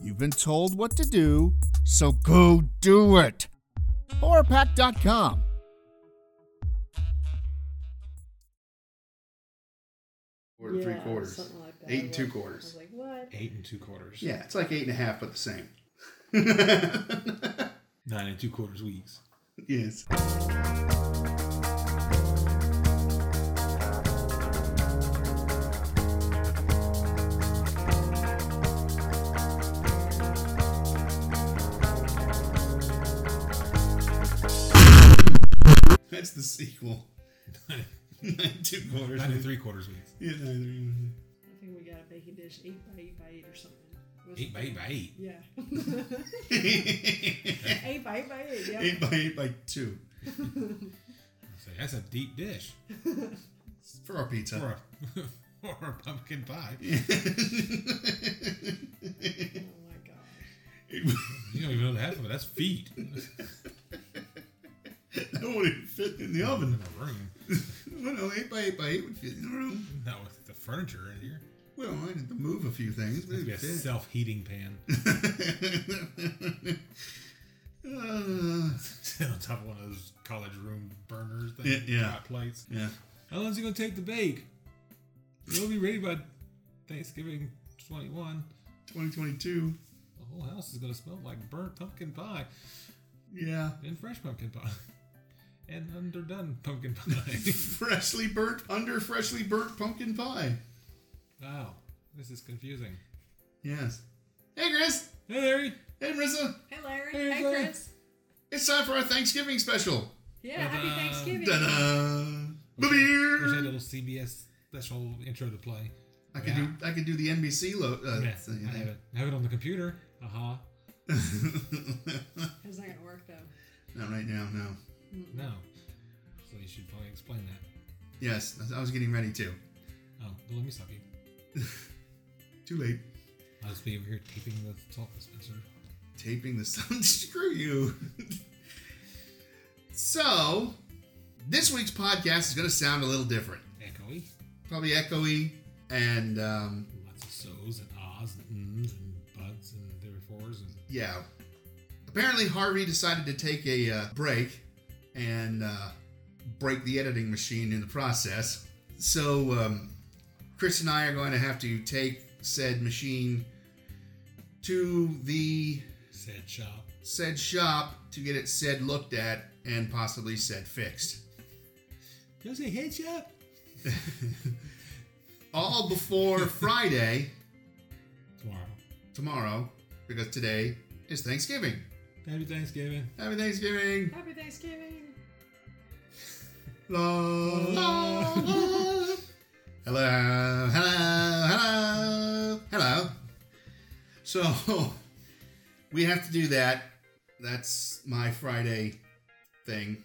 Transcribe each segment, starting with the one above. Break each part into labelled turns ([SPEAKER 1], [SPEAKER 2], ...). [SPEAKER 1] you've been told what to do, so go do it. Horrorpack.com.
[SPEAKER 2] Quarter, three quarters,
[SPEAKER 3] something like that.
[SPEAKER 2] eight
[SPEAKER 3] I
[SPEAKER 2] and two
[SPEAKER 3] was- I
[SPEAKER 2] quarters.
[SPEAKER 3] was like, what?
[SPEAKER 4] Eight and two quarters.
[SPEAKER 2] Yeah, it's like eight and a half, but the same.
[SPEAKER 4] Nine and two quarters weeks.
[SPEAKER 2] yes. That's the sequel. Nine two quarters.
[SPEAKER 4] Nine and three quarters weeks.
[SPEAKER 2] Yeah, nine-
[SPEAKER 3] I think we got a baking dish, eight by eight by eight or something. Was-
[SPEAKER 4] Eight by eight by eight.
[SPEAKER 3] Yeah. eight by eight by eight. Yeah.
[SPEAKER 2] eight by eight by two
[SPEAKER 4] So that's a deep dish
[SPEAKER 2] for our pizza.
[SPEAKER 4] for a, for a pumpkin pie.
[SPEAKER 3] Oh my gosh.
[SPEAKER 4] You don't even know the half of it. That's feet in
[SPEAKER 2] that wouldn't fit in the oven.
[SPEAKER 4] the room.
[SPEAKER 2] Well, no, eight by eight by eight would fit in the room.
[SPEAKER 4] Not with the furniture in here.
[SPEAKER 2] Well, I had to move a few things. But
[SPEAKER 4] It's be a
[SPEAKER 2] it fit.
[SPEAKER 4] self heating pan.
[SPEAKER 2] Uh,
[SPEAKER 4] Sit on top of one of those college room burners
[SPEAKER 2] Yeah,
[SPEAKER 4] things.
[SPEAKER 2] yeah.
[SPEAKER 4] Hot plates.
[SPEAKER 2] yeah.
[SPEAKER 4] How long's it gonna take to bake? It'll be ready by Thanksgiving twenty one.
[SPEAKER 2] 2022.
[SPEAKER 4] The whole house is gonna smell like burnt pumpkin pie.
[SPEAKER 2] Yeah.
[SPEAKER 4] and fresh pumpkin pie and underdone pumpkin pie.
[SPEAKER 2] Freshly burnt, under freshly burnt pumpkin pie.
[SPEAKER 4] wow, this is confusing.
[SPEAKER 2] Yes. Hey, Chris.
[SPEAKER 4] Hey, Larry.
[SPEAKER 2] Hey, Marissa.
[SPEAKER 3] Hey Larry.
[SPEAKER 4] Hey,
[SPEAKER 3] Hey,
[SPEAKER 4] Larry.
[SPEAKER 3] Chris.
[SPEAKER 2] It's time for our Thanksgiving special.
[SPEAKER 3] Yeah. Happy
[SPEAKER 4] Ta-da.
[SPEAKER 3] Thanksgiving.
[SPEAKER 2] Da-da.
[SPEAKER 4] There's that
[SPEAKER 2] Ba-beer.
[SPEAKER 4] little CBS special intro to play.
[SPEAKER 2] I could do I could do the NBC lo- uh,
[SPEAKER 4] Yeah,
[SPEAKER 2] thing.
[SPEAKER 4] I have it. I have it on the computer. Uh-huh.
[SPEAKER 3] It's not gonna work though.
[SPEAKER 2] Not right now, no.
[SPEAKER 4] No. So you should probably explain that.
[SPEAKER 2] Yes, I was getting ready to.
[SPEAKER 4] Oh, well, let me stop you.
[SPEAKER 2] Too late.
[SPEAKER 4] I'll just be over here taping the salt dispenser.
[SPEAKER 2] Taping the sun. Screw you. so, this week's podcast is going to sound a little different.
[SPEAKER 4] Echoey.
[SPEAKER 2] Probably echoey and, um,
[SPEAKER 4] Lots of so's and ahs and mms and buts and therefores and
[SPEAKER 2] yeah. Apparently, Harvey decided to take a uh, break and uh, break the editing machine in the process. So, um, Chris and I are going to have to take said machine to the
[SPEAKER 4] said shop.
[SPEAKER 2] said shop to get it said looked at and possibly said fixed.
[SPEAKER 4] Did I say head shop?
[SPEAKER 2] All before Friday,
[SPEAKER 4] Tomorrow.
[SPEAKER 2] tomorrow, because today is Thanksgiving.
[SPEAKER 4] Happy Thanksgiving.
[SPEAKER 2] Happy Thanksgiving!
[SPEAKER 3] Happy Thanksgiving.
[SPEAKER 2] La, la, la. Hello, hello, hello, hello. So we have to do that. That's my Friday thing.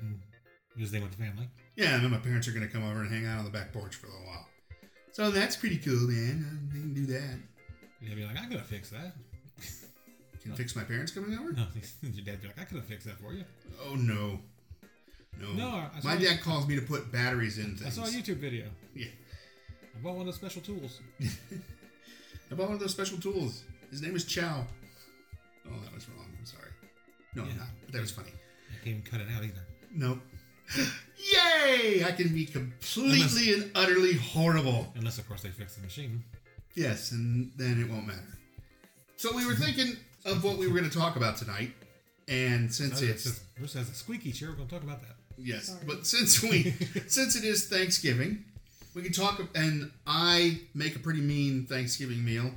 [SPEAKER 4] and visiting with the family.
[SPEAKER 2] Yeah, and then my parents are going to come over and hang out on the back porch for a little while. So that's pretty cool, man. They can do that.
[SPEAKER 4] You'd be like, I could have fixed that.
[SPEAKER 2] Can fix my parents coming over?
[SPEAKER 4] No, your dad'd be like, I could have fixed that for you.
[SPEAKER 2] Oh no, no.
[SPEAKER 4] No, I- I saw
[SPEAKER 2] my
[SPEAKER 4] you-
[SPEAKER 2] dad calls me to put batteries in things.
[SPEAKER 4] I saw a YouTube video.
[SPEAKER 2] Yeah,
[SPEAKER 4] I bought one of those special tools.
[SPEAKER 2] I bought one of those special tools. His name is Chow. Oh, that was wrong. I'm sorry. No, I'm
[SPEAKER 4] Yeah.
[SPEAKER 2] not. But that was funny.
[SPEAKER 4] I can't even cut it out either.
[SPEAKER 2] Nope. Yay! I can be completely and utterly horrible.
[SPEAKER 4] Unless, of course, they fix the machine.
[SPEAKER 2] Yes, and then it won't matter. So we were thinking of what we were going to talk about tonight, and since
[SPEAKER 4] It's
[SPEAKER 2] it's
[SPEAKER 4] just, Bruce has a squeaky chair. We're going to talk about that.
[SPEAKER 2] Yes,
[SPEAKER 3] Sorry.
[SPEAKER 2] but since we since it is Thanksgiving, we can talk. And I make a pretty mean Thanksgiving meal,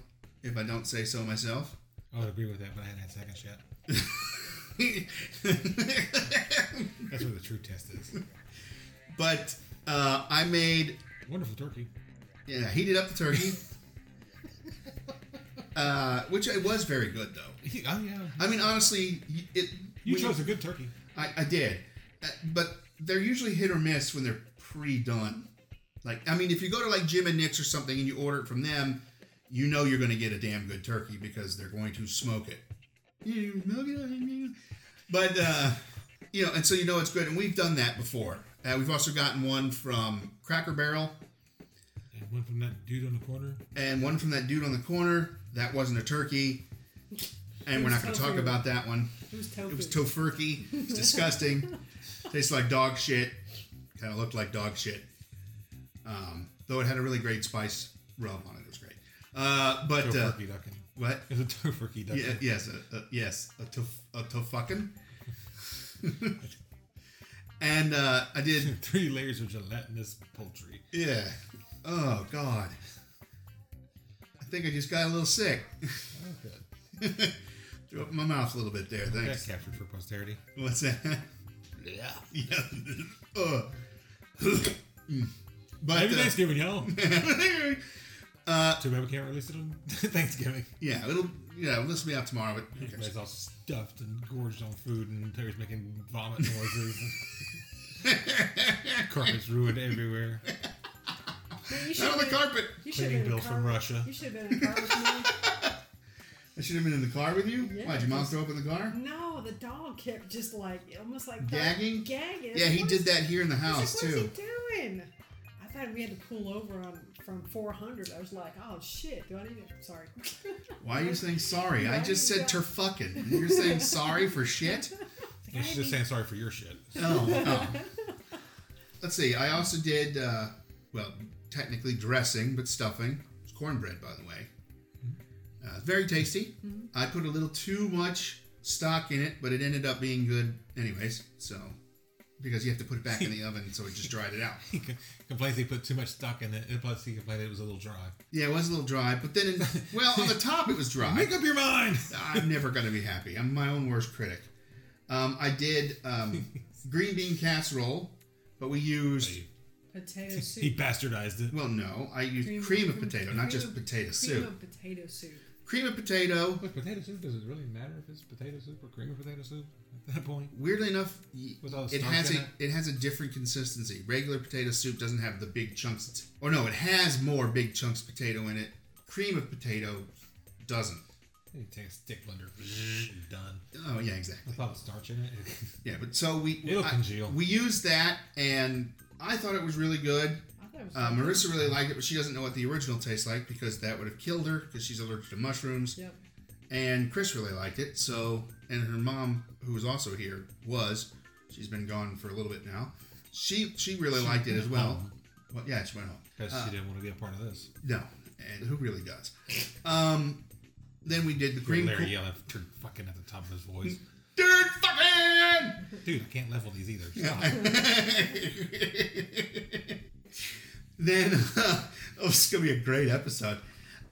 [SPEAKER 2] if I don't say so myself.
[SPEAKER 4] I would agree with that, but I hadn't had seconds yet. That's where the true test is.
[SPEAKER 2] but uh, I made
[SPEAKER 4] Wonderful turkey.
[SPEAKER 2] yeah, I heated up the turkey. uh, which it was very good though.
[SPEAKER 4] He- oh yeah.
[SPEAKER 2] I mean, honestly, y- it.
[SPEAKER 4] You
[SPEAKER 2] when
[SPEAKER 4] chose a good turkey.
[SPEAKER 2] I, I did, uh, but they're usually hit or miss when they're pre-done. Like, I mean, if you go to like Jim and Nick's or something and you order it from them, you know you're going to get a damn good turkey because they're going to smoke it. You milk it, but uh, you know, and so you know it's good. And we've done that before. Uh, we've also gotten one from Cracker Barrel
[SPEAKER 4] And one from that dude on the corner.
[SPEAKER 2] and one from that dude on the corner. That wasn't a turkey, and we're not going to talk about that one.
[SPEAKER 3] It was tofu.
[SPEAKER 2] It was tofurkey. It's disgusting. Tastes like dog shit. Kind of looked like dog shit. Um, though it had a really great spice rub on it. It was great. Uh, but uh,
[SPEAKER 4] Tofurkey ducking.
[SPEAKER 2] what?
[SPEAKER 4] It's a tofurkey ducking.
[SPEAKER 2] Yeah, yes, a, a, yes, a tof, a tofuckin. and uh, I did.
[SPEAKER 4] Three layers of gelatinous poultry.
[SPEAKER 2] Yeah. Oh God. I think I just got a little sick.
[SPEAKER 4] Oh, good.
[SPEAKER 2] Threw up in my mouth a little bit there.
[SPEAKER 4] That's
[SPEAKER 2] Thanks.
[SPEAKER 4] captured for posterity.
[SPEAKER 2] What's that?
[SPEAKER 4] Yeah.
[SPEAKER 2] Yeah. uh. Mm. but
[SPEAKER 4] Happy
[SPEAKER 2] uh,
[SPEAKER 4] Thanksgiving, y'all. Too bad we can't release it on Thanksgiving.
[SPEAKER 2] yeah, it'll yeah, well, this will be out tomorrow. But who cares?
[SPEAKER 4] Everybody's all stuffed and gorged on food, and Terry's making vomit noises. Carpet's ruined everywhere.
[SPEAKER 3] Man, you should
[SPEAKER 2] Out
[SPEAKER 3] have
[SPEAKER 2] on the
[SPEAKER 3] been,
[SPEAKER 2] carpet.
[SPEAKER 3] you should have
[SPEAKER 4] Cleaning
[SPEAKER 3] been in
[SPEAKER 4] bill
[SPEAKER 3] the
[SPEAKER 4] from
[SPEAKER 3] car-
[SPEAKER 4] Russia.
[SPEAKER 3] You should have been in the car with
[SPEAKER 2] I should have been in the car with you.
[SPEAKER 3] Yeah.
[SPEAKER 2] Why'd your mom throw up in the car?
[SPEAKER 3] me. No, the dog kept just like almost like
[SPEAKER 2] Gagging?
[SPEAKER 3] Gagging.
[SPEAKER 2] Yeah, he
[SPEAKER 3] What
[SPEAKER 2] did
[SPEAKER 3] is-
[SPEAKER 2] that here in the
[SPEAKER 3] I
[SPEAKER 2] house
[SPEAKER 3] was like,
[SPEAKER 2] too.
[SPEAKER 3] What's he doing? I thought we had to pull over on from 400. I was like, oh shit, do I need to? Sorry.
[SPEAKER 2] Why are you saying sorry?
[SPEAKER 3] Why
[SPEAKER 2] I just
[SPEAKER 3] you
[SPEAKER 2] said
[SPEAKER 3] got-
[SPEAKER 2] terfucking. You're saying sorry for shit?
[SPEAKER 4] And she's just saying sorry for your shit.
[SPEAKER 2] No, no. Let's see. I also did, uh, well, technically dressing, but stuffing. It's cornbread, by the way. Uh, very tasty. I put a little too much stock in it, but it ended up being good, anyways. So, because you have to put it back in the oven, so it just dried it out.
[SPEAKER 4] He co- complains he put too much stock in it, and plus he complained it was a little dry.
[SPEAKER 2] Yeah, it was a little dry, but then, in, well, on the top it was dry.
[SPEAKER 4] Make up your mind!
[SPEAKER 2] I'm never gonna be happy. I'm my own worst critic. Um, I did um, green bean casserole, but we used
[SPEAKER 3] Potato soup.
[SPEAKER 4] He bastardized it.
[SPEAKER 2] Well, no, I use cream, of potato, not just
[SPEAKER 3] of-
[SPEAKER 2] potato
[SPEAKER 3] cream
[SPEAKER 2] soup.
[SPEAKER 3] of potato soup.
[SPEAKER 2] cream of potato.
[SPEAKER 4] Look, potato soup, does it really matter if it's potato soup or cream of potato soup at that point?
[SPEAKER 2] Weirdly enough, y-
[SPEAKER 4] With all the
[SPEAKER 2] it
[SPEAKER 4] starch
[SPEAKER 2] has
[SPEAKER 4] in
[SPEAKER 2] a
[SPEAKER 4] it?
[SPEAKER 2] it has a different consistency. Regular potato soup doesn't have the big chunks. It's, or no, it has more big chunks of potato in it. Cream of potato doesn't.
[SPEAKER 4] You take a stick blender, you're done.
[SPEAKER 2] Oh yeah, exactly.
[SPEAKER 4] With all the starch in it.
[SPEAKER 2] Yeah, but so we
[SPEAKER 4] It'll
[SPEAKER 2] I-
[SPEAKER 4] congeal.
[SPEAKER 2] we used that, and I thought it was really good.
[SPEAKER 3] I thought it was
[SPEAKER 2] Uh, Marissa really liked it, but she doesn't know what the original tastes like because that would have killed her because she's allergic to mushrooms.
[SPEAKER 3] Yep.
[SPEAKER 2] and Chris really liked it. So, and her mom, who was also here, was she's been gone for a little bit now. She she really liked it as well. Well, yeah, she went home.
[SPEAKER 4] Because she didn't want to be a part of this.
[SPEAKER 2] No, and who really does? Um, then we did the
[SPEAKER 4] Green
[SPEAKER 2] cream.
[SPEAKER 4] Larry
[SPEAKER 2] cor-
[SPEAKER 4] yelling turd fucking at the top of his voice.
[SPEAKER 2] Dude, fucking!
[SPEAKER 4] Dude, I can't level these either. Stop.
[SPEAKER 2] then uh, oh, this is gonna be a great episode.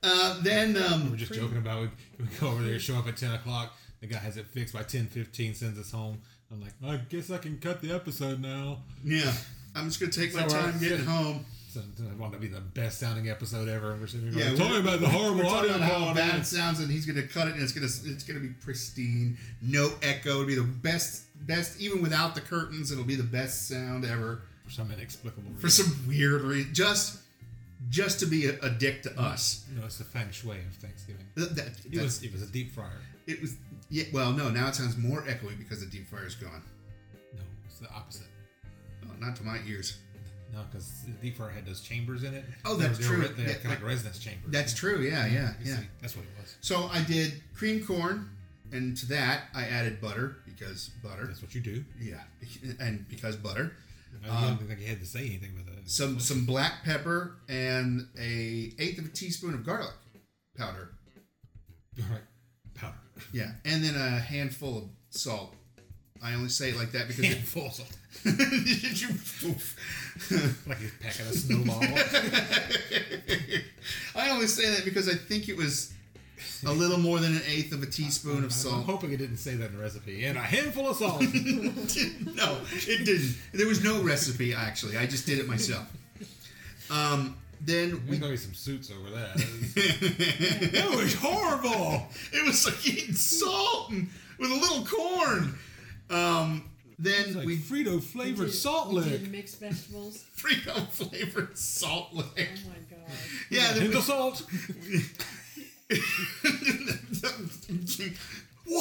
[SPEAKER 2] Uh, then
[SPEAKER 4] We're
[SPEAKER 2] um,
[SPEAKER 4] just joking about we, we go over there, show up at ten o'clock. The guy has it fixed by ten fifteen, sends us home. I'm like, I guess I can cut the episode now.
[SPEAKER 2] yeah, I'm just gonna take my
[SPEAKER 4] So, uh,
[SPEAKER 2] time getting home.
[SPEAKER 4] So it wound up being the best sounding episode ever. And we're sitting here
[SPEAKER 2] Yeah,
[SPEAKER 4] going, talking
[SPEAKER 2] we're-
[SPEAKER 4] about the horrible
[SPEAKER 2] We're talking
[SPEAKER 4] audio
[SPEAKER 2] about how
[SPEAKER 4] quality.
[SPEAKER 2] bad it sounds, and he's gonna cut it, and it's gonna it's gonna be pristine, no echo. It'll be the best best even without the curtains. It'll be the best sound ever
[SPEAKER 4] For some inexplicable reason.
[SPEAKER 2] for some weird reason. Just just to be a, a dick to us.
[SPEAKER 4] you know, it's the feng shui of Thanksgiving.
[SPEAKER 2] Th- that-
[SPEAKER 4] It
[SPEAKER 2] that-
[SPEAKER 4] was, it was a deep fryer.
[SPEAKER 2] it was yeah. Well, no, now it sounds more echoey because the deep fryer's gone.
[SPEAKER 4] No, it's the opposite.
[SPEAKER 2] Oh, not to my ears.
[SPEAKER 4] No, because the deep fryer had those chambers in it.
[SPEAKER 2] Oh,
[SPEAKER 4] They were-
[SPEAKER 2] that's
[SPEAKER 4] they were
[SPEAKER 2] true.
[SPEAKER 4] re- They were
[SPEAKER 2] Yeah,
[SPEAKER 4] kind of like residence chambers.
[SPEAKER 2] That's true. Yeah, yeah,
[SPEAKER 4] You
[SPEAKER 2] yeah.
[SPEAKER 4] see, that's what it was.
[SPEAKER 2] So I did cream corn, and to that I added butter because butter.
[SPEAKER 4] That's what you do.
[SPEAKER 2] Yeah, and because butter.
[SPEAKER 4] I don't think he had to say anything about that.
[SPEAKER 2] Um, some some black pepper and a eighth of a teaspoon of garlic powder.
[SPEAKER 4] All right, powder.
[SPEAKER 2] Yeah, and then a handful of salt. I only say it like that because it,
[SPEAKER 4] Handfuls of
[SPEAKER 2] Did you- oof.
[SPEAKER 4] like he's packing a snowball.
[SPEAKER 2] I only say that because I think it was a little more than an eighth of a teaspoon of
[SPEAKER 4] I'm
[SPEAKER 2] salt.
[SPEAKER 4] hoping it didn't say that in the recipe. And a handful of salt. It
[SPEAKER 2] no, it didn't. There was no recipe actually. I just did it myself. Um, then
[SPEAKER 4] There's
[SPEAKER 2] we.
[SPEAKER 4] gonna be some suits over that.
[SPEAKER 2] it
[SPEAKER 4] That was horrible.
[SPEAKER 2] was like eating salt and, with a little corn. Um, then
[SPEAKER 4] It's like
[SPEAKER 2] we
[SPEAKER 4] Frito
[SPEAKER 3] We
[SPEAKER 4] flavored
[SPEAKER 3] did-
[SPEAKER 4] salt
[SPEAKER 3] we
[SPEAKER 4] lick.
[SPEAKER 3] did mixed vegetables.
[SPEAKER 2] Frito flavored salt lick.
[SPEAKER 3] Oh my god.
[SPEAKER 2] Yeah, then
[SPEAKER 4] And
[SPEAKER 2] we,
[SPEAKER 4] the salt.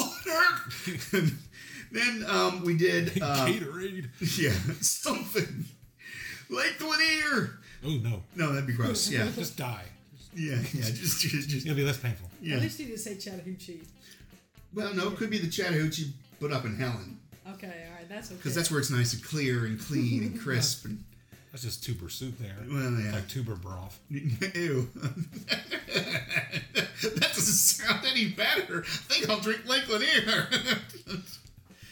[SPEAKER 2] water. then um, we did uh,
[SPEAKER 4] Gatorade.
[SPEAKER 2] yeah something like the one ear.
[SPEAKER 4] Oh no.
[SPEAKER 2] No, that'd be gross. Yeah,
[SPEAKER 4] Just die.
[SPEAKER 2] yeah, yeah. Just, just, just
[SPEAKER 4] It'll be less painful.
[SPEAKER 2] yeah.
[SPEAKER 3] At least you didn't say Chattahoochee.
[SPEAKER 2] Well, no, it could be the Chattahoochee, but up in Helen,
[SPEAKER 3] Okay, all right, that's okay.
[SPEAKER 2] because that's where it's nice and clear and clean and crisp. And
[SPEAKER 4] That's just tuber soup there.
[SPEAKER 2] Well, yeah.
[SPEAKER 4] It's like tuber broth.
[SPEAKER 2] ew, that doesn't sound any better. I think I'll drink Lake Lanier.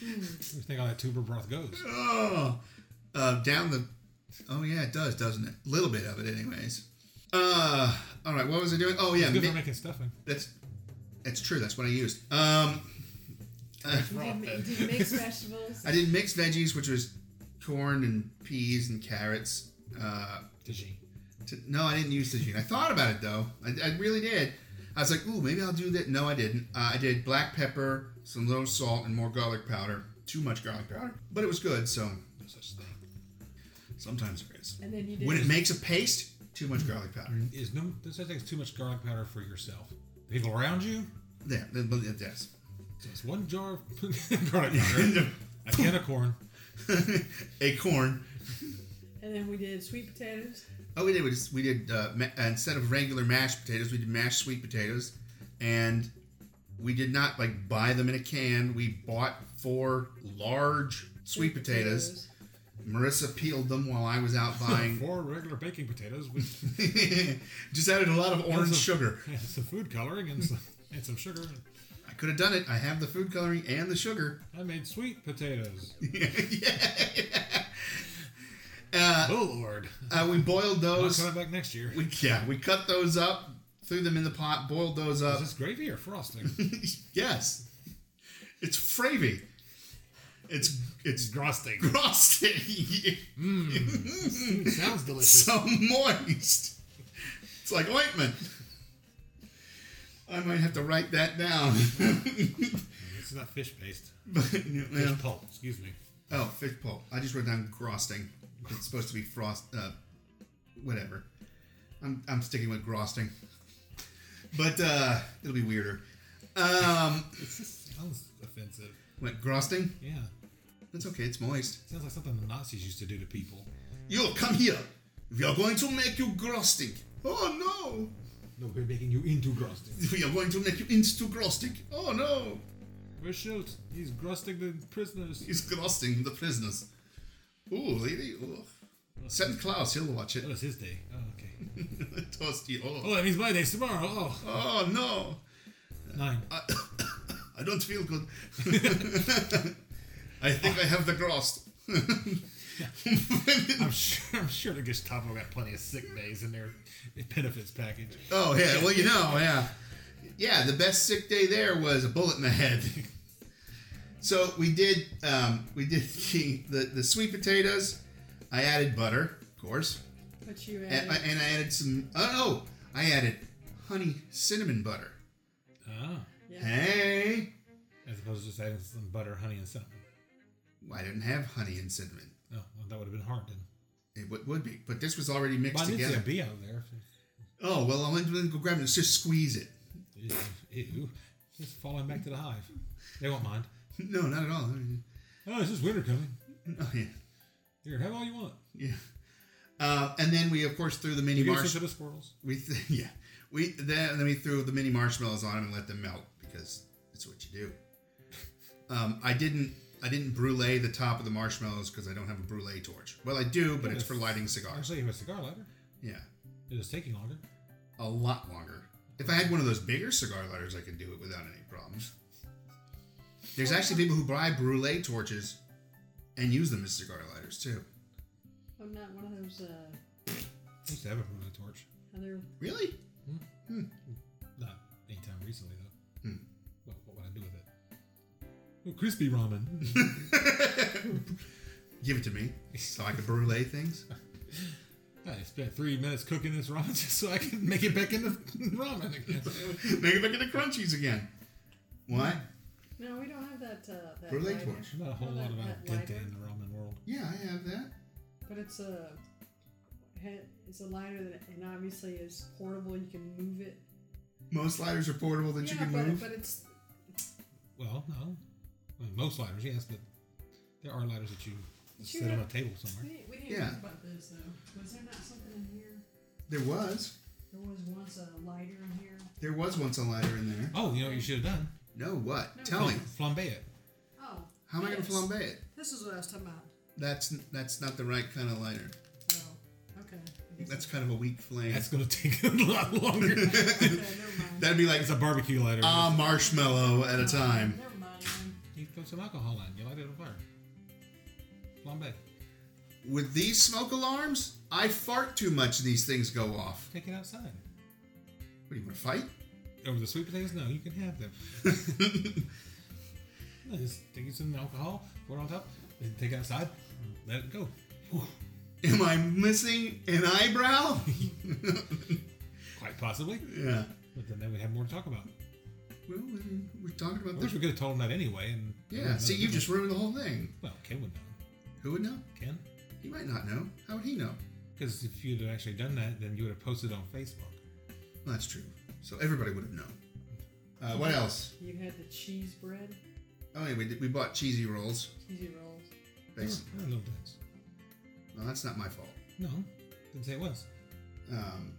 [SPEAKER 4] You think all that tuber broth goes?
[SPEAKER 2] oh, uh, down the. Oh yeah, it does, doesn't it? A little bit of it, anyways. Uh, all right. What was I doing? Oh yeah,
[SPEAKER 4] It's good
[SPEAKER 2] mi-
[SPEAKER 4] for making stuffing.
[SPEAKER 2] that's that's true. That's what I used. Um, uh,
[SPEAKER 3] you did, mi- did you mix vegetables.
[SPEAKER 2] I did mixed veggies, which was corn and peas and carrots. Uh,
[SPEAKER 4] Tagine.
[SPEAKER 2] to, no, I didn't use tagine. I thought about it though. I, I really did. I was like, ooh, maybe I'll do that. No, I didn't. Uh, I did black pepper, some little salt, and more garlic powder. Too much garlic powder, but it was good. So
[SPEAKER 4] No such thing.
[SPEAKER 2] sometimes there is.
[SPEAKER 3] And then you did.
[SPEAKER 2] When it makes a paste, too much garlic powder.
[SPEAKER 4] Is no there's such thing as too much garlic powder for yourself. The people around you.
[SPEAKER 2] There, that- but it does.
[SPEAKER 4] Just one jar of garlic powder. a can of corn.
[SPEAKER 2] a corn.
[SPEAKER 3] and then we did sweet potatoes.
[SPEAKER 2] Oh, we did. We, just, we did uh, ma- instead of regular mashed potatoes, we did mashed sweet potatoes, and we did not like buy them in a can. We bought four large sweet potatoes. Marissa peeled them while I was out buying.
[SPEAKER 4] Four regular baking potatoes with
[SPEAKER 2] just added a lot of orange
[SPEAKER 4] Some-
[SPEAKER 2] sugar.
[SPEAKER 4] and some food coloring and some, and some sugar.
[SPEAKER 2] I could have done it. I have the food coloring and the sugar.
[SPEAKER 4] I made sweet potatoes. oh Lord!
[SPEAKER 2] Uh, we boiled
[SPEAKER 4] I'm
[SPEAKER 2] those.
[SPEAKER 4] coming back next year.
[SPEAKER 2] We yeah, we cut those up, threw them in the pot, boiled those up.
[SPEAKER 4] Is this gravy or frosting?
[SPEAKER 2] yes, it's fravy. It's it's
[SPEAKER 4] frosting.
[SPEAKER 2] frosting.
[SPEAKER 4] Sounds delicious.
[SPEAKER 2] so moist. It's like ointment. I might have to write that down.
[SPEAKER 4] It's not fish paste.
[SPEAKER 2] but, you
[SPEAKER 4] Fish
[SPEAKER 2] know,
[SPEAKER 4] pulp. Excuse me.
[SPEAKER 2] oh, fish pulp. I just wrote down frosting. It's supposed to be frost. Uh, whatever. I'm, I'm sticking with frosting. But uh, it'll be weirder. Um,
[SPEAKER 4] This just sounds offensive.
[SPEAKER 2] what, frosting?
[SPEAKER 4] Yeah.
[SPEAKER 2] That's okay. It's moist.
[SPEAKER 4] Sounds like something the Nazis used to do to people.
[SPEAKER 2] You come here. We are going to make you frosting. Oh no.
[SPEAKER 4] No, we're making you into Grosting.
[SPEAKER 2] We are going to make you into frosting. Oh no.
[SPEAKER 4] We're Schultz. He's Grosting the prisoners.
[SPEAKER 2] He's crossing the prisoners. Ooh, lady. Ooh. Send Klaus, he'll watch it.
[SPEAKER 4] That was his day. Oh, okay.
[SPEAKER 2] Toasty. Oh,
[SPEAKER 4] Oh, that means my day's tomorrow. Oh,
[SPEAKER 2] oh no.
[SPEAKER 4] nine.
[SPEAKER 2] I don't feel good. I think I have the gross.
[SPEAKER 4] I'm sure. I'm sure that Gestapo got plenty of sick days in their benefits package.
[SPEAKER 2] oh, yeah. Well, you know, yeah. Yeah, the best sick day there was a bullet in the head. so we did um, we did the, the, the sweet potatoes. I added butter, of course.
[SPEAKER 3] But you added.
[SPEAKER 2] And, I- and I added some, oh, no, I added honey cinnamon butter.
[SPEAKER 4] Ah,
[SPEAKER 3] yeah.
[SPEAKER 2] Hey.
[SPEAKER 4] as opposed to just adding some butter, honey, and something.
[SPEAKER 2] I didn't have honey and cinnamon.
[SPEAKER 4] Oh, well, that would have been hard then.
[SPEAKER 2] It would, would be, but this was already mixed
[SPEAKER 4] Why did there
[SPEAKER 2] together.
[SPEAKER 4] be out there?
[SPEAKER 2] Oh well, I went to go grab it. Let's just squeeze it.
[SPEAKER 4] Ew, ew. Just falling back to the hive. They won't mind.
[SPEAKER 2] No, not at all. I mean,
[SPEAKER 4] Oh, it's just winter coming.
[SPEAKER 2] Oh yeah,
[SPEAKER 4] Here, have all you want.
[SPEAKER 2] yeah. Uh, and then we of course threw the mini
[SPEAKER 4] You get some
[SPEAKER 2] marshmallows.
[SPEAKER 4] of the squirrels.
[SPEAKER 2] We th- yeah, we then, then we threw the mini marshmallows on them and let them melt because it's what you do. Um, I didn't I didn't brulee the top of the marshmallows because I don't have a brulee torch. Well, I do, but it's for lighting cigars.
[SPEAKER 4] Actually, you have a cigar lighter.
[SPEAKER 2] Yeah.
[SPEAKER 4] It is taking longer.
[SPEAKER 2] a lot longer. If I had one of those bigger cigar lighters, I could do it without any problems. There's actually people who buy brulee torches and use them as cigar lighters too.
[SPEAKER 3] I'm not one of those. Uh,
[SPEAKER 4] I used to have it from a torch.
[SPEAKER 3] other.
[SPEAKER 2] Really?
[SPEAKER 4] Not anytime recently, though. Well, what would I do with it? Oh, crispy ramen.
[SPEAKER 2] Give it to me so I could brulee things.
[SPEAKER 4] I spent three minutes cooking this ramen just so I can make it back into ramen again.
[SPEAKER 2] Make it back into crunchies again. Why?
[SPEAKER 3] No, we don't have that. Uh, that
[SPEAKER 2] Brulee
[SPEAKER 3] lighter.
[SPEAKER 2] torch.
[SPEAKER 4] Not a whole
[SPEAKER 3] No,
[SPEAKER 4] lot
[SPEAKER 3] that-
[SPEAKER 4] about
[SPEAKER 3] that
[SPEAKER 4] dente
[SPEAKER 3] lighter.
[SPEAKER 4] in the ramen world.
[SPEAKER 2] Yeah, I have that.
[SPEAKER 3] But it's a he- it's a lighter that and obviously is portable. You can move it.
[SPEAKER 2] Most lighters are portable that
[SPEAKER 3] yeah,
[SPEAKER 2] you can
[SPEAKER 3] but,
[SPEAKER 2] move.
[SPEAKER 3] but it's
[SPEAKER 4] Well, no. I mean, most lighters, yes, but there are lighters that you
[SPEAKER 3] Sure.
[SPEAKER 4] set on a table somewhere.
[SPEAKER 3] we didn't, we didn't
[SPEAKER 2] Yeah.
[SPEAKER 3] think about those though. Was there not something in here?
[SPEAKER 2] there was.
[SPEAKER 3] There was once a lighter in here.
[SPEAKER 2] There was once a lighter in there.
[SPEAKER 4] Oh, you know what you should have done?
[SPEAKER 2] No, what?
[SPEAKER 3] No.
[SPEAKER 2] Tell me.
[SPEAKER 4] Flambe it.
[SPEAKER 3] Oh,
[SPEAKER 2] How am I going
[SPEAKER 3] yes.
[SPEAKER 2] to flambe it?
[SPEAKER 3] This is what I was talking about.
[SPEAKER 2] That's that's not the right kind of lighter.
[SPEAKER 3] Oh, okay. I guess
[SPEAKER 2] That's kind of a weak flame.
[SPEAKER 4] That's going to take a lot longer.
[SPEAKER 3] okay, never mind.
[SPEAKER 2] That'd be like
[SPEAKER 4] it's a barbecue lighter.
[SPEAKER 2] a marshmallow at a time.
[SPEAKER 3] Never mind. then.
[SPEAKER 4] you put some alcohol in. You light it on fire. Flambe.
[SPEAKER 2] With these smoke alarms, I fart too much and these things go off.
[SPEAKER 4] Take it outside.
[SPEAKER 2] What, you want to fight?
[SPEAKER 4] Over the sweet potatoes? No, you can have them. no, just take some alcohol, pour it on top, and take it outside, and let it go. Whew.
[SPEAKER 2] Am I missing an eyebrow?
[SPEAKER 4] Quite possibly.
[SPEAKER 2] yeah.
[SPEAKER 4] But then, then we have more to talk about.
[SPEAKER 2] Well, I mean, we're talking
[SPEAKER 4] I
[SPEAKER 2] about
[SPEAKER 4] wish
[SPEAKER 2] this.
[SPEAKER 4] we could have told him that anyway. And
[SPEAKER 2] Yeah, see, you just ruined the whole thing.
[SPEAKER 4] well, Ken would know.
[SPEAKER 2] Who would know?
[SPEAKER 4] Ken,
[SPEAKER 2] He might not know. How would he know?
[SPEAKER 4] because if you'd have actually done that, then you would have posted on Facebook.
[SPEAKER 2] Well, that's true. So everybody would have known. Uh, what else?
[SPEAKER 3] You had the cheese bread,
[SPEAKER 2] Oh, yeah, we, did- we bought cheesy rolls.
[SPEAKER 3] cheesy rolls.
[SPEAKER 2] Basically.
[SPEAKER 4] Oh, I love this.
[SPEAKER 2] Well, that's not my fault.
[SPEAKER 4] No, didn't say it was.
[SPEAKER 2] Um,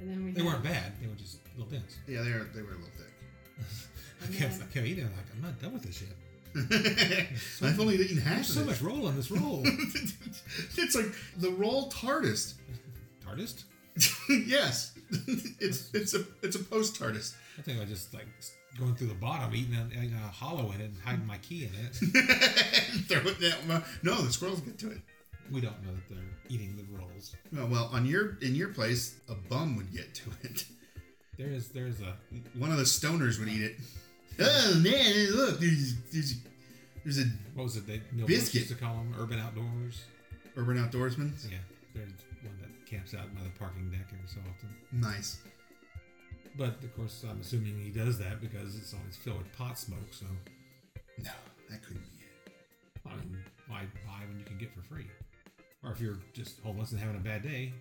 [SPEAKER 3] And then we
[SPEAKER 4] They
[SPEAKER 3] had,
[SPEAKER 4] weren't bad. They were just little dense.
[SPEAKER 2] yeah, they were, they were a little
[SPEAKER 4] I
[SPEAKER 3] And
[SPEAKER 4] guess I
[SPEAKER 3] then-
[SPEAKER 4] kept eating. I'm like, I'm not done with this yet.
[SPEAKER 2] thick. I've only eaten half
[SPEAKER 4] There's so
[SPEAKER 2] of it.
[SPEAKER 4] much roll on this roll.
[SPEAKER 2] it's like the roll TARDIS.
[SPEAKER 4] Tardist.
[SPEAKER 2] yes, it's it's a it's a post TARDIS.
[SPEAKER 4] I think I just like going through the bottom, eating a, eating a hollow in it, and hiding my key in it.
[SPEAKER 2] Throw it down. my- No, the squirrels get to it.
[SPEAKER 4] We don't know that they're eating the rolls.
[SPEAKER 2] Well, well, on your in your place, a bum would get to it.
[SPEAKER 4] There is there is a
[SPEAKER 2] One of the stoners would eat it. Oh man, look, there's there's, there's a
[SPEAKER 4] what was it? They no
[SPEAKER 2] Biscuit.
[SPEAKER 4] used to call them urban outdoors.
[SPEAKER 2] urban outdoorsman.
[SPEAKER 4] Yeah, there's one that camps out by the parking deck every so often.
[SPEAKER 2] Nice.
[SPEAKER 4] But of course, I'm assuming he does that because it's always filled with pot smoke. So
[SPEAKER 2] No, that couldn't be it.
[SPEAKER 4] I mean, why buy when you can get for free? Or if you're just homeless and having a bad day,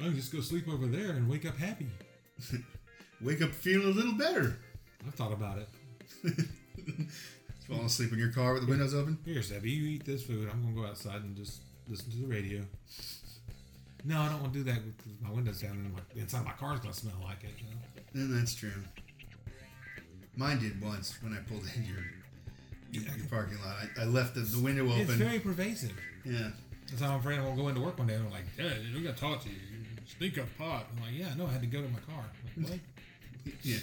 [SPEAKER 4] I can just go sleep over there and wake up happy.
[SPEAKER 2] Wake up feeling a little better.
[SPEAKER 4] I've thought about it.
[SPEAKER 2] Falling asleep in your car with the windows open.
[SPEAKER 4] Here, Sebby, you eat this food. I'm gonna go outside and just listen to the radio. No, I don't want to do that with my windows down and my, inside my car's gonna smell like it. You know?
[SPEAKER 2] And Eh, that's true. Mine did once when I pulled into your, your, your parking lot. I, I left the, the window
[SPEAKER 4] It's
[SPEAKER 2] open.
[SPEAKER 4] very pervasive.
[SPEAKER 2] Yeah.
[SPEAKER 4] That's how I'm afraid I won't go into work one day. And I'm like, yeah, we gotta talk to you. You Stink of pot. I'm like, yeah, no, I had to go to my car. I'm like, what?
[SPEAKER 2] Yeah.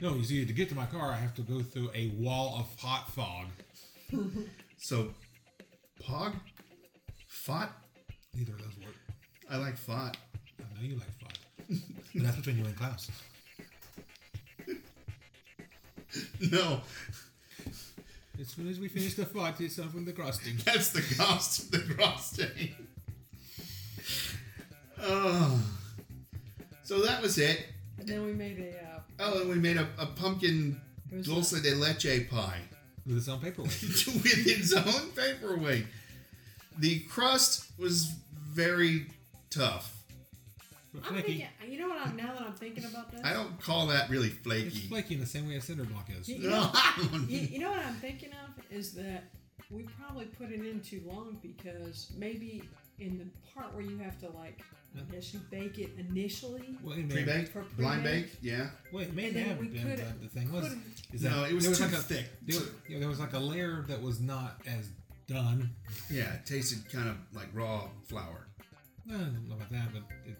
[SPEAKER 4] no, you see, to get to my car, I have to go through a wall of hot fog.
[SPEAKER 2] So, Pog? Fought?
[SPEAKER 4] Neither of those work.
[SPEAKER 2] I like Fought.
[SPEAKER 4] I know you like fog, but that's between you and Klaus.
[SPEAKER 2] No,
[SPEAKER 4] As soon as we finish the fight, it's time for the crusting.
[SPEAKER 2] that's the cost of the cross chain. oh. So that was it.
[SPEAKER 3] And then we made a uh,
[SPEAKER 2] Oh, and we made a, a pumpkin
[SPEAKER 3] It was
[SPEAKER 2] dulce de leche pie
[SPEAKER 4] With its own paperwork.
[SPEAKER 2] with its own paperweight. The crust was very tough.
[SPEAKER 4] But
[SPEAKER 3] I'm
[SPEAKER 4] flaky.
[SPEAKER 3] thinking, you know what? I'm now that I'm thinking about this.
[SPEAKER 2] I don't call that really
[SPEAKER 4] It's
[SPEAKER 2] flaky.
[SPEAKER 4] flaky in the same way a cinder block is.
[SPEAKER 3] You-
[SPEAKER 2] No, I
[SPEAKER 3] You,
[SPEAKER 2] don't.
[SPEAKER 3] you know what I'm thinking of is that we probably put it in too long because maybe in the part where you have to like, I guess you bake it initially.
[SPEAKER 4] Well, it may,
[SPEAKER 2] Pre-baked,
[SPEAKER 3] For
[SPEAKER 2] blind
[SPEAKER 3] pre-bake?
[SPEAKER 2] bake, yeah.
[SPEAKER 4] well, it may
[SPEAKER 3] And then
[SPEAKER 4] have
[SPEAKER 3] we
[SPEAKER 4] been,
[SPEAKER 3] could-
[SPEAKER 4] but the thing was,
[SPEAKER 3] could-
[SPEAKER 4] is that
[SPEAKER 2] No, it was
[SPEAKER 4] there
[SPEAKER 2] too
[SPEAKER 4] like a,
[SPEAKER 2] thick.
[SPEAKER 4] There, yeah, there was like a layer that was not as done.
[SPEAKER 2] Yeah, it tasted kind of like raw flour.
[SPEAKER 4] Eh, I don't know about that, but it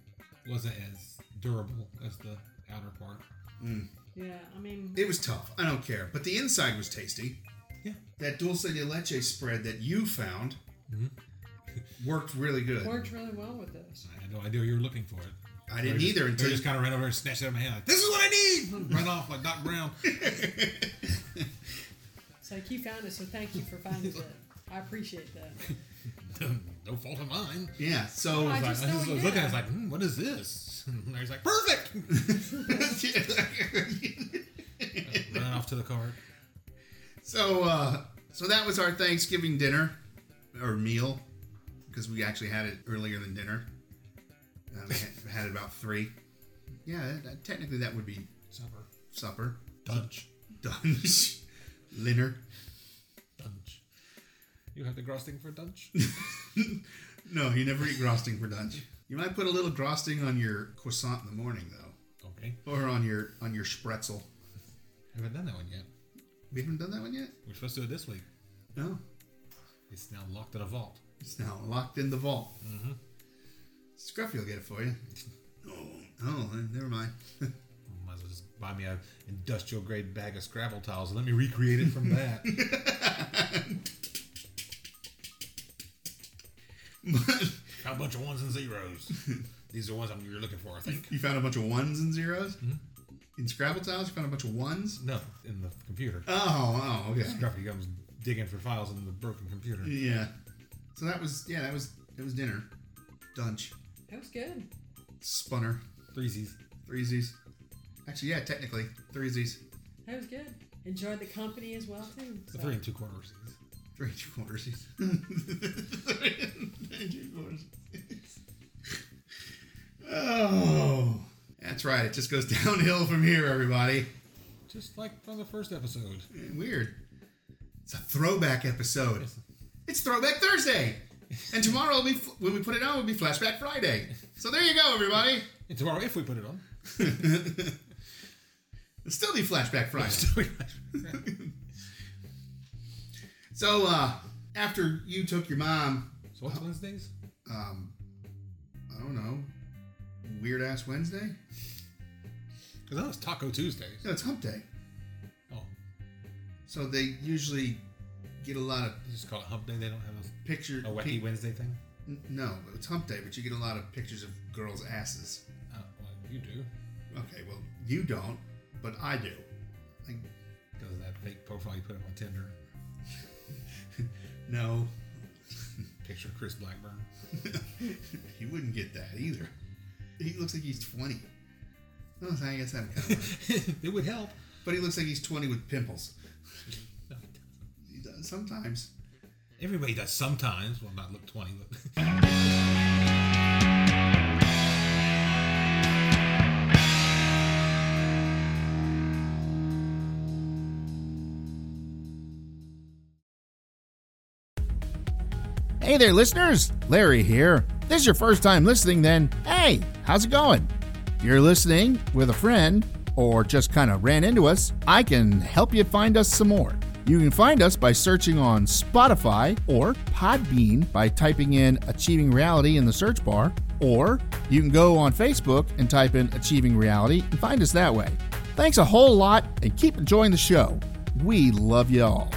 [SPEAKER 4] wasn't as durable as the outer part.
[SPEAKER 3] Yeah, I mean,
[SPEAKER 2] It was tough. I don't care. But the inside was tasty.
[SPEAKER 4] Yeah.
[SPEAKER 2] That dulce de leche spread that you found
[SPEAKER 4] Mm-hmm.
[SPEAKER 2] worked really good.
[SPEAKER 3] worked really well with this.
[SPEAKER 4] I had no idea you were looking for it.
[SPEAKER 2] I didn't
[SPEAKER 4] They
[SPEAKER 2] either
[SPEAKER 4] just-
[SPEAKER 2] until
[SPEAKER 4] they just kind of ran over and snatched it out of my hand. Like, this is what I need. Run off like Doc Brown.
[SPEAKER 3] It's like you found it, so thank you for finding it. I appreciate that.
[SPEAKER 4] no fault of mine.
[SPEAKER 2] Yeah. So
[SPEAKER 3] I
[SPEAKER 4] I was, like,
[SPEAKER 3] just
[SPEAKER 4] I just
[SPEAKER 3] know
[SPEAKER 4] was
[SPEAKER 3] we
[SPEAKER 4] looking. I
[SPEAKER 3] did.
[SPEAKER 4] was like, hmm, what is this? And Larry's like, perfect. Run off to the cart.
[SPEAKER 2] so uh, so that was our Thanksgiving dinner or meal because we actually had it earlier than dinner. Uh, we had- had it about three. Yeah, that- that- technically that would be
[SPEAKER 4] Supper.
[SPEAKER 2] supper.
[SPEAKER 4] Dunch.
[SPEAKER 2] Dunch. Dinner.
[SPEAKER 4] Dunch. You have the grosting for dunch?
[SPEAKER 2] No, you never eat grosting for lunch. You might put a little grosting on your croissant in the morning though,
[SPEAKER 4] okay.
[SPEAKER 2] or on your on your spretzel.
[SPEAKER 4] Haven't done that one yet.
[SPEAKER 2] We haven't done that one yet.
[SPEAKER 4] We're supposed to do it this week.
[SPEAKER 2] No,
[SPEAKER 4] It's now locked in a vault.
[SPEAKER 2] it's now locked in the vault. Scruffy will get it for you. Oh, oh, never mind.
[SPEAKER 4] Might as well just buy me a industrial grade bag of Scrabble tiles and let me recreate it from that. Got a bunch of ones and zeros. These are ones I'm, you're looking for, I think.
[SPEAKER 2] you found a bunch of ones and zeros in Scrabble tiles. You found a bunch of ones.
[SPEAKER 4] No, in the computer.
[SPEAKER 2] Oh, oh, okay.
[SPEAKER 4] Scruffy comes digging for files in the broken computer.
[SPEAKER 2] Yeah. So that was yeah that was that was dinner, dunch,
[SPEAKER 3] That was good.
[SPEAKER 2] spunner,
[SPEAKER 4] Threesies.
[SPEAKER 2] threesies. Actually, yeah, technically threesies,
[SPEAKER 3] That was good. Enjoyed the company as well too.
[SPEAKER 4] The
[SPEAKER 3] So,
[SPEAKER 4] three and two quarters.
[SPEAKER 2] three and two quarters. Three and two quarters. oh, that's right. It just goes downhill from here, everybody.
[SPEAKER 4] Just like from the first episode.
[SPEAKER 2] Weird. It's a throwback episode. It's Throwback Thursday. And tomorrow, will be, when we put it on, will be Flashback Friday. So there you go, everybody.
[SPEAKER 4] And tomorrow, if we put it on.
[SPEAKER 2] It'll still be Flashback Friday. So uh, after you took your mom,
[SPEAKER 4] so what's Wednesdays?
[SPEAKER 2] um, I don't know, Weird Ass Wednesday?
[SPEAKER 4] Because I know it's Taco Tuesdays.
[SPEAKER 2] No, it's Hump Day.
[SPEAKER 4] Oh,
[SPEAKER 2] So they usually get a lot of
[SPEAKER 4] you just call it Hump Day. They don't have a
[SPEAKER 2] picture.
[SPEAKER 4] A wacky Wednesday thing?
[SPEAKER 2] N- no, it's Hump Day, but you get a lot of pictures of girls' asses.
[SPEAKER 4] Uh, well, you do.
[SPEAKER 2] Okay, well, you don't, but I do. Like,
[SPEAKER 4] Because that fake profile you put up on Tinder.
[SPEAKER 2] no,
[SPEAKER 4] Picture of Chris Blackburn.
[SPEAKER 2] you wouldn't get that either. He looks like he's 20. Oh, I guess that kind of
[SPEAKER 4] it would help.
[SPEAKER 2] But he looks like he's 20 with pimples.
[SPEAKER 4] No, it doesn't.
[SPEAKER 2] He does sometimes.
[SPEAKER 4] Everybody does sometimes. Well, not look 20, but.
[SPEAKER 1] Hey there, listeners! Larry here. If this is your first time listening, then hey, how's it going? If you're listening with a friend or just kind of ran into us, I can help you find us some more. You can find us by searching on Spotify or Podbean by typing in Achieving Reality in the search bar, or you can go on Facebook and type in Achieving Reality and find us that way. Thanks a whole lot and keep enjoying the show. We love y'all.